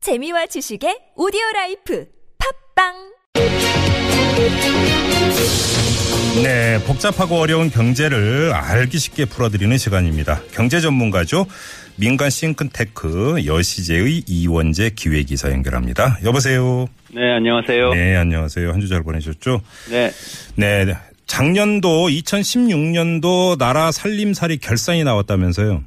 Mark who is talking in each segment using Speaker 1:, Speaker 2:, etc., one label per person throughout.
Speaker 1: 재미와 지식의 오디오 라이프 팝빵
Speaker 2: 네, 복잡하고 어려운 경제를 알기 쉽게 풀어드리는 시간입니다. 경제 전문가죠. 민간 싱크테크 여시제의 이원재 기획이사 연결합니다. 여보세요.
Speaker 3: 네, 안녕하세요. 네.
Speaker 2: 네, 안녕하세요. 한 주 잘 보내셨죠? 네, 작년도 2016년도 나라 살림살이 결산이 나왔다면서요?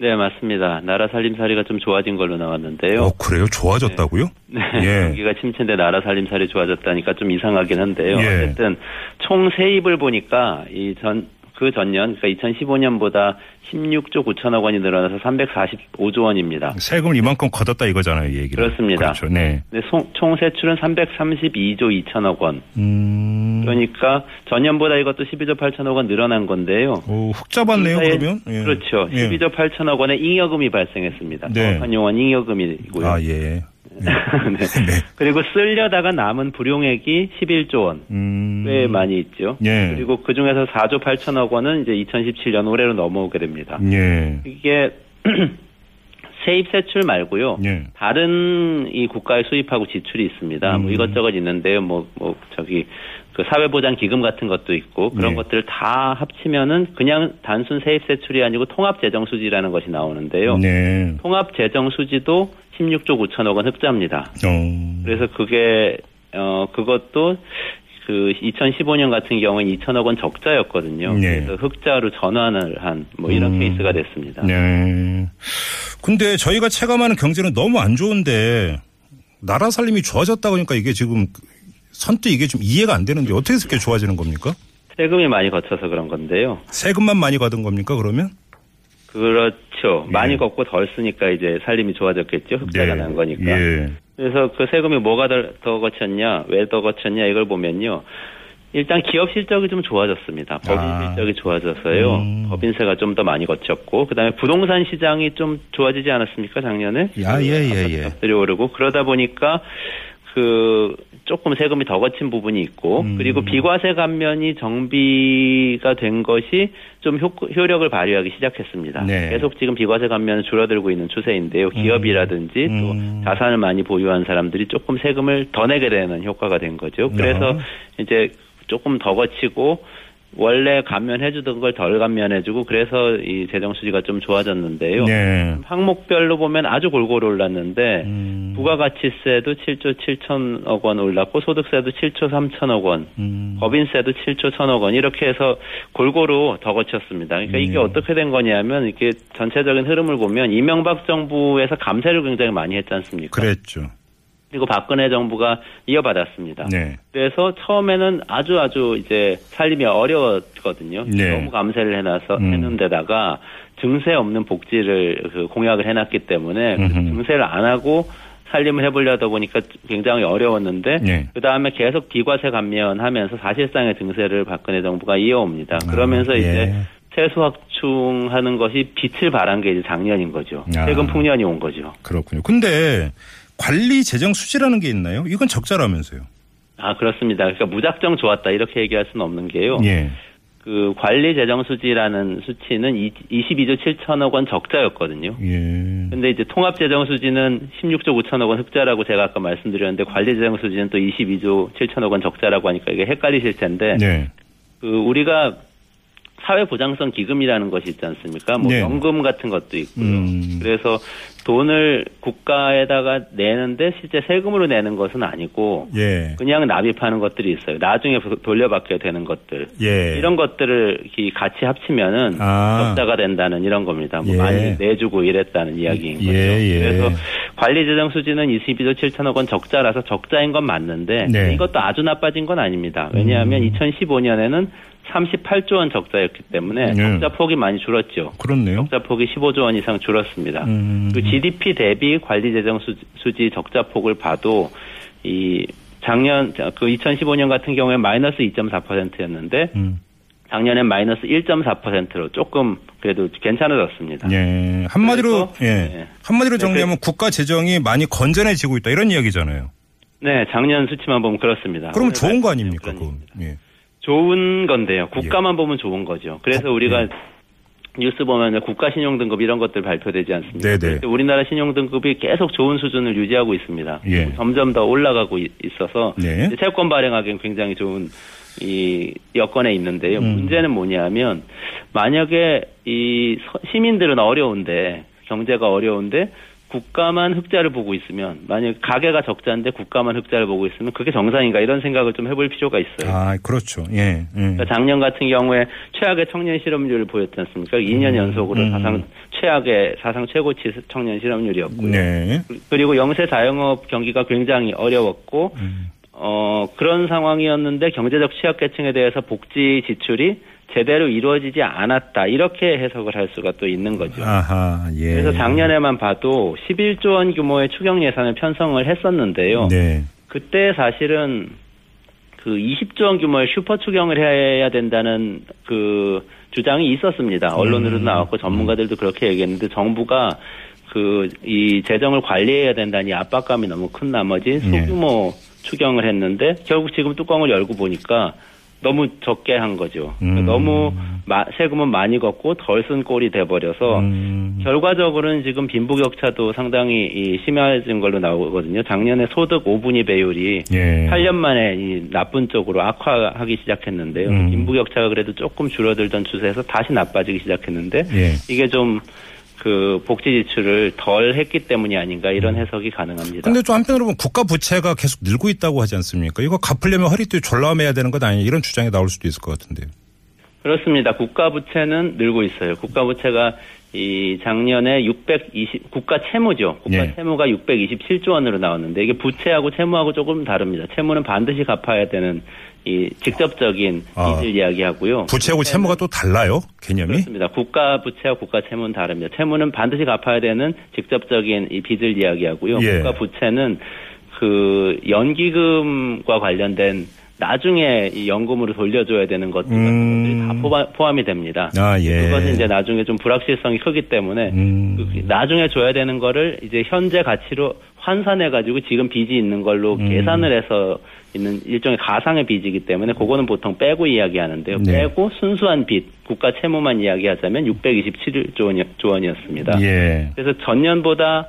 Speaker 3: 네, 맞습니다. 나라 살림살이가 좀 좋아진 걸로 나왔는데요.
Speaker 2: 어, 그래요? 좋아졌다고요?
Speaker 3: 네.
Speaker 2: 예.
Speaker 3: 경기가 침체인데 나라 살림살이 좋아졌다니까 좀 이상하긴 한데요.
Speaker 2: 예.
Speaker 3: 어쨌든 총 세입을 보니까 이 전, 그 전년, 그러니까 2015년보다 16조 9천억 원이 늘어나서 345조 원입니다.
Speaker 2: 세금을 이만큼 걷었다 이거잖아요, 이 얘기를.
Speaker 3: 그렇습니다.
Speaker 2: 그렇죠. 네.
Speaker 3: 근데 송- 총 세출은 332조 2천억 원.
Speaker 2: 음.
Speaker 3: 그러니까 전년보다 이것도 12조 8천억 원 늘어난 건데요.
Speaker 2: 오, 훅 잡았네요,
Speaker 3: 이사의-
Speaker 2: 그러면. 예.
Speaker 3: 그렇죠.
Speaker 2: 예.
Speaker 3: 12조 8천억 원의 잉여금이 발생했습니다.
Speaker 2: 네.
Speaker 3: 정확한 용어는 잉여금이고요.
Speaker 2: 아, 예.
Speaker 3: 네. 그리고 쓰려다가 남은 불용액이 11조 원.
Speaker 2: 음.
Speaker 3: 꽤 많이 있죠.
Speaker 2: 예.
Speaker 3: 그리고 그 중에서 4조 8천억 원은 이제 2017년 올해로 넘어오게 됩니다.
Speaker 2: 예.
Speaker 3: 이게 세입 세출 말고요.
Speaker 2: 예.
Speaker 3: 다른 이 국가의 수입하고 지출이 있습니다.
Speaker 2: 음.
Speaker 3: 뭐 이것저것 있는데요. 뭐, 뭐, 저기, 그 사회보장 기금 같은 것도 있고 그런
Speaker 2: 예.
Speaker 3: 것들을 다 합치면은 그냥 단순 세입 세출이 아니고 통합재정수지라는 것이 나오는데요.
Speaker 2: 네.
Speaker 3: 통합재정수지도 16조 9천억 원 흑자입니다.
Speaker 2: 어.
Speaker 3: 그래서 그게, 어, 그것도 그 2015년 같은 경우는 2천억 원 적자였거든요.
Speaker 2: 예.
Speaker 3: 그래서 흑자로 전환을 한 뭐 이런
Speaker 2: 음.
Speaker 3: 케이스가 됐습니다.
Speaker 2: 네. 근데 저희가 체감하는 경제는 너무 안 좋은데 나라 살림이 좋아졌다 보니까 이게 지금 선뜻 이게 좀 이해가 안 되는데 어떻게 해서 이렇게 좋아지는 겁니까?
Speaker 3: 세금이 많이 거쳐서 그런 건데요.
Speaker 2: 세금만 많이 받은 겁니까 그러면?
Speaker 3: 그렇죠.
Speaker 2: 예.
Speaker 3: 많이 걷고 덜 쓰니까 이제 살림이 좋아졌겠죠. 흑자가 난 거니까.
Speaker 2: 네. 예.
Speaker 3: 그래서 그 세금이 뭐가 덜- 더 거쳤냐, 왜 더 거쳤냐 이걸 보면요. 일단 기업 실적이 좀 좋아졌습니다. 법인
Speaker 2: 아.
Speaker 3: 실적이 좋아져서요.
Speaker 2: 음.
Speaker 3: 법인세가 좀 더 많이 거쳤고, 그다음에 부동산 시장이 좀 좋아지지 않았습니까 작년에?
Speaker 2: 야, 예, 예, 예.
Speaker 3: 값들이 오르고 그러다 보니까 그 조금 세금이 더 거친 부분이 있고
Speaker 2: 음.
Speaker 3: 그리고 비과세 감면이 정비가 된 것이 좀 효, 효력을 발휘하기 시작했습니다.
Speaker 2: 네.
Speaker 3: 계속 지금 비과세 감면은 줄어들고 있는 추세인데요. 기업이라든지 또
Speaker 2: 음.
Speaker 3: 자산을 많이 보유한 사람들이 조금 세금을 더 내게 되는 효과가 된 거죠. 그래서
Speaker 2: 네.
Speaker 3: 이제 조금 더 거치고 원래 감면해주던 걸 덜 감면해주고 그래서 이 재정 수지가 좀 좋아졌는데요.
Speaker 2: 네.
Speaker 3: 항목별로 보면 아주 골고루 올랐는데
Speaker 2: 음.
Speaker 3: 부가가치세도 7조 7천억 원 올랐고 소득세도 7조 3천억 원,
Speaker 2: 음.
Speaker 3: 법인세도 7조 1천억 원 이렇게 해서 골고루 더 거쳤습니다. 그러니까
Speaker 2: 네.
Speaker 3: 이게 어떻게 된 거냐면 이렇게 전체적인 흐름을 보면 이명박 정부에서 감세를 굉장히 많이 했지 않습니까?
Speaker 2: 그랬죠.
Speaker 3: 그리고 박근혜 정부가 이어받았습니다.
Speaker 2: 네.
Speaker 3: 그래서 처음에는 아주 아주 이제 살림이 어려웠거든요.
Speaker 2: 네.
Speaker 3: 너무 감세를 해놔서
Speaker 2: 음.
Speaker 3: 했는데다가 증세 없는 복지를 그 공약을 해놨기 때문에 그
Speaker 2: 음흠.
Speaker 3: 증세를 안 하고 살림을 해보려다 보니까 굉장히 어려웠는데
Speaker 2: 네.
Speaker 3: 그 다음에 계속 비과세 감면하면서 사실상의 증세를 박근혜 정부가 이어옵니다. 그러면서
Speaker 2: 아,
Speaker 3: 이제
Speaker 2: 예.
Speaker 3: 세수 확충하는 것이 빛을 발한 게 이제 작년인 거죠.
Speaker 2: 아.
Speaker 3: 세금 풍년이 온 거죠.
Speaker 2: 그렇군요. 근데 관리 재정 수지라는 게 있나요? 이건 적자라면서요.
Speaker 3: 아 그렇습니다. 그러니까 무작정 좋았다 이렇게 얘기할 수는 없는 게요.
Speaker 2: 예.
Speaker 3: 그 관리 재정 수지라는 수치는 이- 22조 7천억 원 적자였거든요.
Speaker 2: 예.
Speaker 3: 근데 이제 통합 재정 수지는 16조 5천억 원 흑자라고 제가 아까 말씀드렸는데 관리 재정 수지는 또 22조 7천억 원 적자라고 하니까 이게 헷갈리실 텐데
Speaker 2: 네.
Speaker 3: 그 우리가 사회 보장성 기금이라는 것이 있지 않습니까? 뭐
Speaker 2: 네.
Speaker 3: 연금 같은 것도 있고요.
Speaker 2: 음.
Speaker 3: 그래서 돈을 국가에다가 내는데 실제 세금으로 내는 것은 아니고
Speaker 2: 예.
Speaker 3: 그냥 납입하는 것들이 있어요. 나중에 돌려받게 되는 것들.
Speaker 2: 예.
Speaker 3: 이런 것들을 이 같이 합치면은
Speaker 2: 아.
Speaker 3: 적자가 된다는 이런 겁니다. 뭐
Speaker 2: 예.
Speaker 3: 많이 내주고 이랬다는 이야기인 거죠.
Speaker 2: 예, 예.
Speaker 3: 그래서 관리 재정 수지는 22조 7천억 원 적자라서 적자인 건 맞는데
Speaker 2: 네. 음.
Speaker 3: 이것도 아주 나빠진 건 아닙니다. 왜냐하면 2015년에는 38조 원 적자였기 때문에
Speaker 2: 예.
Speaker 3: 적자 폭이 많이 줄었죠.
Speaker 2: 그렇네요.
Speaker 3: 적자 폭이 15조 원 이상 줄었습니다.
Speaker 2: 음.
Speaker 3: 그 GDP 대비 관리 재정 수- 수지 적자 폭을 봐도 이 작년 그 2015년 같은 경우에 마이너스 2.4%였는데
Speaker 2: 음.
Speaker 3: 작년엔 마이너스 1.4%로 조금 그래도 괜찮아졌습니다.
Speaker 2: 예. 한마디로
Speaker 3: 그러니까. 그래서,
Speaker 2: 예.
Speaker 3: 예.
Speaker 2: 한마디로 정리하면 국가 재정이 많이 건전해지고 있다 이런 이야기잖아요.
Speaker 3: 네, 작년 수치만 보면 그렇습니다.
Speaker 2: 그럼
Speaker 3: 오늘
Speaker 2: 좋은 거
Speaker 3: 말씀드린
Speaker 2: 아닙니까?
Speaker 3: 아, 네, 그런
Speaker 2: 그. 예.
Speaker 3: 좋은 건데요. 국가만 보면 좋은 거죠. 그래서 우리가 뉴스 보면 국가 신용 등급 이런 것들 발표되지 않습니까?
Speaker 2: 네네.
Speaker 3: 그런데 우리나라 신용 등급이 계속 좋은 수준을 유지하고 있습니다.
Speaker 2: 예.
Speaker 3: 점점 더 올라가고 이- 있어서
Speaker 2: 네.
Speaker 3: 이제 채권 발행하기엔 굉장히 좋은 이 여건에 있는데요.
Speaker 2: 음.
Speaker 3: 문제는 뭐냐면 만약에 이 서- 시민들은 어려운데 경제가 어려운데 국가만 흑자를 보고 있으면 만약 가게가 적자인데 국가만 흑자를 보고 있으면 그게 정상인가 이런 생각을 좀 해볼 필요가 있어요.
Speaker 2: 아, 그렇죠. 예. 예.
Speaker 3: 그러니까 작년 같은 경우에 최악의 청년 실업률을 보였지 않습니까? 2년 연속으로
Speaker 2: 음.
Speaker 3: 사상 최악의 사상 최고치 청년 실업률이었고요.
Speaker 2: 네.
Speaker 3: 그리고 영세 자영업 경기가 굉장히 어려웠고
Speaker 2: 음.
Speaker 3: 어 그런 상황이었는데 경제적 취약계층에 대해서 복지 지출이 제대로 이루어지지 않았다 이렇게 해석을 할 수가 또 있는 거죠.
Speaker 2: 아하, 예.
Speaker 3: 그래서 작년에만 봐도 11조 원 규모의 추경 예산을 편성을 했었는데요.
Speaker 2: 네.
Speaker 3: 그때 사실은 그 20조 원 규모의 슈퍼 추경을 해야 된다는 그 주장이 있었습니다. 언론으로
Speaker 2: 음.
Speaker 3: 나왔고 전문가들도 그렇게 얘기했는데 정부가 그 이 재정을 관리해야 된다는 이 압박감이 너무 큰
Speaker 2: 예.
Speaker 3: 나머지 소규모 추경을 했는데 결국 지금 뚜껑을 열고 보니까 너무 적게 한 거죠.
Speaker 2: 음.
Speaker 3: 너무 마- 세금은 많이 걷고 덜 쓴 꼴이 돼버려서
Speaker 2: 음,
Speaker 3: 결과적으로는 지금 빈부격차도 상당히 이 심해진 걸로 나오거든요. 작년에 소득 5분위 배율이
Speaker 2: 예.
Speaker 3: 8년 만에 이 나쁜 쪽으로 악화하기 시작했는데요.
Speaker 2: 음.
Speaker 3: 빈부격차가 그래도 조금 줄어들던 추세에서 다시 나빠지기 시작했는데
Speaker 2: 예.
Speaker 3: 이게 좀 그 복지 지출을 덜 했기 때문이 아닌가 이런 해석이 가능합니다.
Speaker 2: 근데 또 한편으로 보면 국가 부채가 계속 늘고 있다고 하지 않습니까? 이거 갚으려면 허리띠 졸라매야 되는 것 아니냐 이런 주장이 나올 수도 있을 것 같은데요.
Speaker 3: 그렇습니다. 국가 부채는 늘고 있어요. 국가 부채가 이 작년에 620 국가 채무죠. 국가
Speaker 2: 예.
Speaker 3: 채무가 627조 원으로 나왔는데 이게 부채하고 채무하고 조금 다릅니다. 채무는 반드시 갚아야 되는 이 직접적인
Speaker 2: 아.
Speaker 3: 빚을 이야기하고요.
Speaker 2: 부채하고
Speaker 3: 네.
Speaker 2: 채무가 또 달라요? 개념이?
Speaker 3: 그렇습니다. 국가 부채와 국가 채무는 다릅니다. 채무는 반드시 갚아야 되는 직접적인 이 빚을 이야기하고요.
Speaker 2: 예.
Speaker 3: 국가 부채는 그 연기금과 관련된 나중에 이 연금으로 돌려줘야 되는 것들 같은
Speaker 2: 음.
Speaker 3: 것들이 다 포함, 포함이 됩니다.
Speaker 2: 아, 예.
Speaker 3: 그것은 이제 나중에 좀 불확실성이 크기 때문에
Speaker 2: 음.
Speaker 3: 그 나중에 줘야 되는 거를 이제 현재 가치로 환산해 가지고 지금 빚이 있는 걸로
Speaker 2: 음.
Speaker 3: 계산을 해서 있는 일종의 가상의 빚이기 때문에 그거는 보통 빼고 이야기하는데요.
Speaker 2: 네.
Speaker 3: 빼고 순수한 빚 국가 채무만 이야기하자면 627조 원이, 조 원이었습니다.
Speaker 2: 예.
Speaker 3: 그래서 전년보다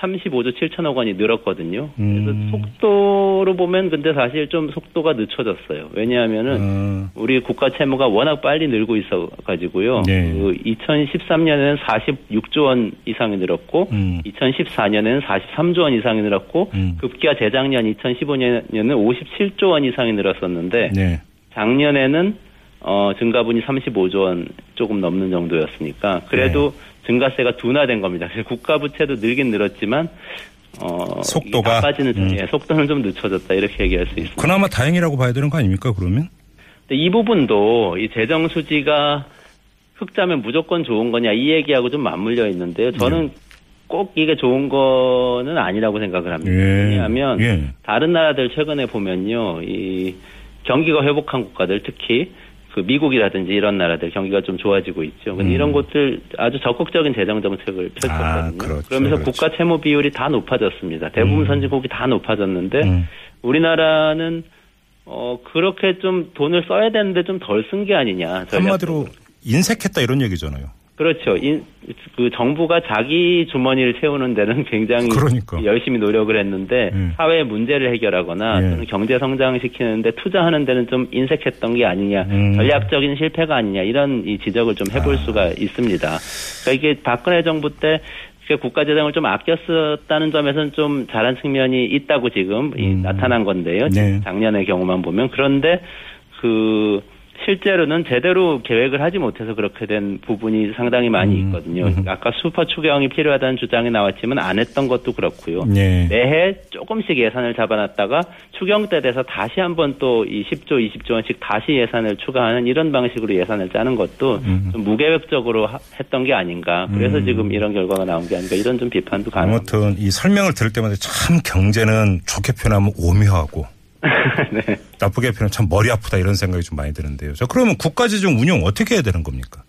Speaker 3: 35조 7천억 원이 늘었거든요. 그래서
Speaker 2: 음.
Speaker 3: 속도로 보면 근데 사실 좀 속도가 늦춰졌어요. 왜냐하면은
Speaker 2: 음.
Speaker 3: 우리 국가 채무가 워낙 빨리 늘고 있어 가지고요.
Speaker 2: 네.
Speaker 3: 2013년에는 46조 원 이상이 늘었고
Speaker 2: 음.
Speaker 3: 2014년에는 43조 원 이상이 늘었고
Speaker 2: 음.
Speaker 3: 급기야 재작년 2015년에는 57조 원 이상이 늘었었는데
Speaker 2: 네.
Speaker 3: 작년에는 어, 증가분이 35조 원 조금 넘는 정도였으니까 그래도
Speaker 2: 네.
Speaker 3: 증가세가 둔화된 겁니다. 그래서 국가 부채도 늘긴 늘었지만 어,
Speaker 2: 속도가? 음.
Speaker 3: 빠지는 예, 속도는 좀 늦춰졌다 이렇게 얘기할 수 있습니다.
Speaker 2: 그나마 다행이라고 봐야 되는 거 아닙니까, 그러면?
Speaker 3: 근데 이 부분도 이 재정 수지가 흑자면 무조건 좋은 거냐 이 얘기하고 좀 맞물려 있는데요. 저는
Speaker 2: 예.
Speaker 3: 꼭 이게 좋은 거는 아니라고 생각을 합니다.
Speaker 2: 예.
Speaker 3: 왜냐하면
Speaker 2: 예.
Speaker 3: 다른 나라들 최근에 보면요, 이 경기가 회복한 국가들 특히 그 미국이라든지 이런 나라들 경기가 좀 좋아지고 있죠. 근데 이런 곳들 아주 적극적인 재정 정책을
Speaker 2: 음. 아,
Speaker 3: 펼쳤거든요.
Speaker 2: 그렇죠,
Speaker 3: 그러면서
Speaker 2: 그렇죠.
Speaker 3: 국가 채무 비율이 다 높아졌습니다. 대부분 선진국이 다 높아졌는데
Speaker 2: 음.
Speaker 3: 우리나라는 어 그렇게 좀 돈을 써야 되는데 좀 덜 쓴 게 아니냐. 전략-
Speaker 2: 한마디로 인색했다 이런 얘기잖아요.
Speaker 3: 그렇죠. 인, 그 정부가 자기 주머니를 채우는 데는 굉장히
Speaker 2: 그러니까.
Speaker 3: 열심히 노력을 했는데
Speaker 2: 음.
Speaker 3: 사회 문제를 해결하거나
Speaker 2: 예.
Speaker 3: 또는 경제 성장을 시키는데 투자하는 데는 좀 인색했던 게 아니냐,
Speaker 2: 음. 아.
Speaker 3: 전략적인 실패가 아니냐 이런 이 지적을 좀 해볼 수가 있습니다. 그러니까 이게 박근혜 정부 때 그 국가재정을 좀 아껴 썼다는 점에서는 좀 잘한 측면이 있다고 지금 이 나타난 건데요.
Speaker 2: 음. 네.
Speaker 3: 작년의 경우만 보면 그런데 그 실제로는 제대로 계획을 하지 못해서 그렇게 된 부분이 상당히 많이 있거든요. 아까 슈퍼 추경이 필요하다는 주장이 나왔지만 안 했던 것도 그렇고요.
Speaker 2: 네.
Speaker 3: 매해 조금씩 예산을 잡아놨다가 추경 때 돼서 다시 한번 또 이 10조, 20조 원씩 다시 예산을 추가하는 이런 방식으로 예산을 짜는 것도 좀 무계획적으로 하- 했던 게 아닌가. 그래서 지금 이런 결과가 나온 게 아닌가. 이런 좀 비판도 가능합니다.
Speaker 2: 아무튼 이 설명을 들을 때마다 참 경제는 좋게 표현하면 오묘하고
Speaker 3: 네.
Speaker 2: 나쁘게 표현하면 참 머리 아프다 이런 생각이 좀 많이 드는데요. 자, 그러면 국가재정 운영 어떻게 해야 되는 겁니까?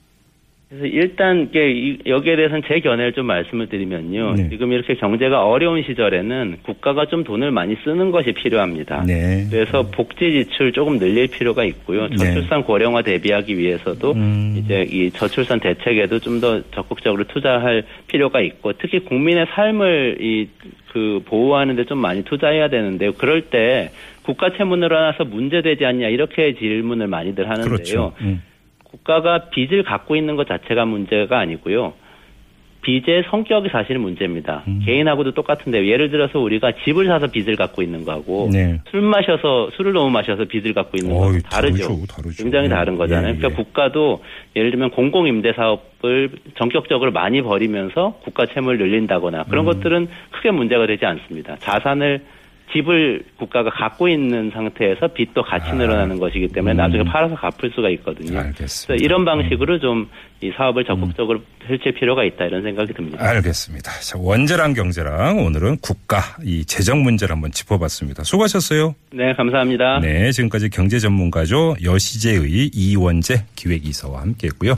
Speaker 3: 그래서 일단 이게 이- 여기에 대해서는 제 견해를 좀 말씀을 드리면요.
Speaker 2: 네.
Speaker 3: 지금 이렇게 경제가 어려운 시절에는 국가가 좀 돈을 많이 쓰는 것이 필요합니다.
Speaker 2: 네.
Speaker 3: 그래서 복지 지출 조금 늘릴 필요가 있고요.
Speaker 2: 네.
Speaker 3: 저출산 고령화 대비하기 위해서도
Speaker 2: 음.
Speaker 3: 이제 이 저출산 대책에도 좀 더 적극적으로 투자할 필요가 있고 특히 국민의 삶을 이 그 보호하는 데 좀 많이 투자해야 되는데 그럴 때 국가 채무으로 나서 문제되지 않냐 이렇게 질문을 많이들 하는데요.
Speaker 2: 그렇죠. 음.
Speaker 3: 국가가 빚을 갖고 있는 것 자체가 문제가 아니고요. 빚의 성격이 사실 문제입니다.
Speaker 2: 음.
Speaker 3: 개인하고도 똑같은데 예를 들어서 우리가 집을 사서 빚을 갖고 있는 거하고
Speaker 2: 네.
Speaker 3: 술 마셔서 술을 너무 마셔서 빚을 갖고 있는 거
Speaker 2: 어이,
Speaker 3: 다르죠.
Speaker 2: 다르죠, 다르죠.
Speaker 3: 굉장히
Speaker 2: 예,
Speaker 3: 다른 거잖아요.
Speaker 2: 예, 예.
Speaker 3: 그러니까 국가도 예를 들면 공공 임대 사업을 전격적으로 많이 벌이면서 국가 채무를 늘린다거나
Speaker 2: 음.
Speaker 3: 그런 것들은 크게 문제가 되지 않습니다. 자산을 집을 국가가 갖고 있는 상태에서 빚도 같이 늘어나는 것이기 때문에 나중에 팔아서 갚을 수가 있거든요.
Speaker 2: 아. 음. 알겠습니다. 음.
Speaker 3: 그래서 이런 방식으로 좀 이 사업을 적극적으로 펼칠 필요가 있다 이런 생각이 듭니다.
Speaker 2: 아. 알겠습니다. 자, 원재랑 경제랑 오늘은 국가 이 재정 문제를 한번 짚어봤습니다. 수고하셨어요.
Speaker 3: 네, 감사합니다.
Speaker 2: 네, 지금까지 경제 전문가죠 여시제의 이원재 기획이사와 함께했고요.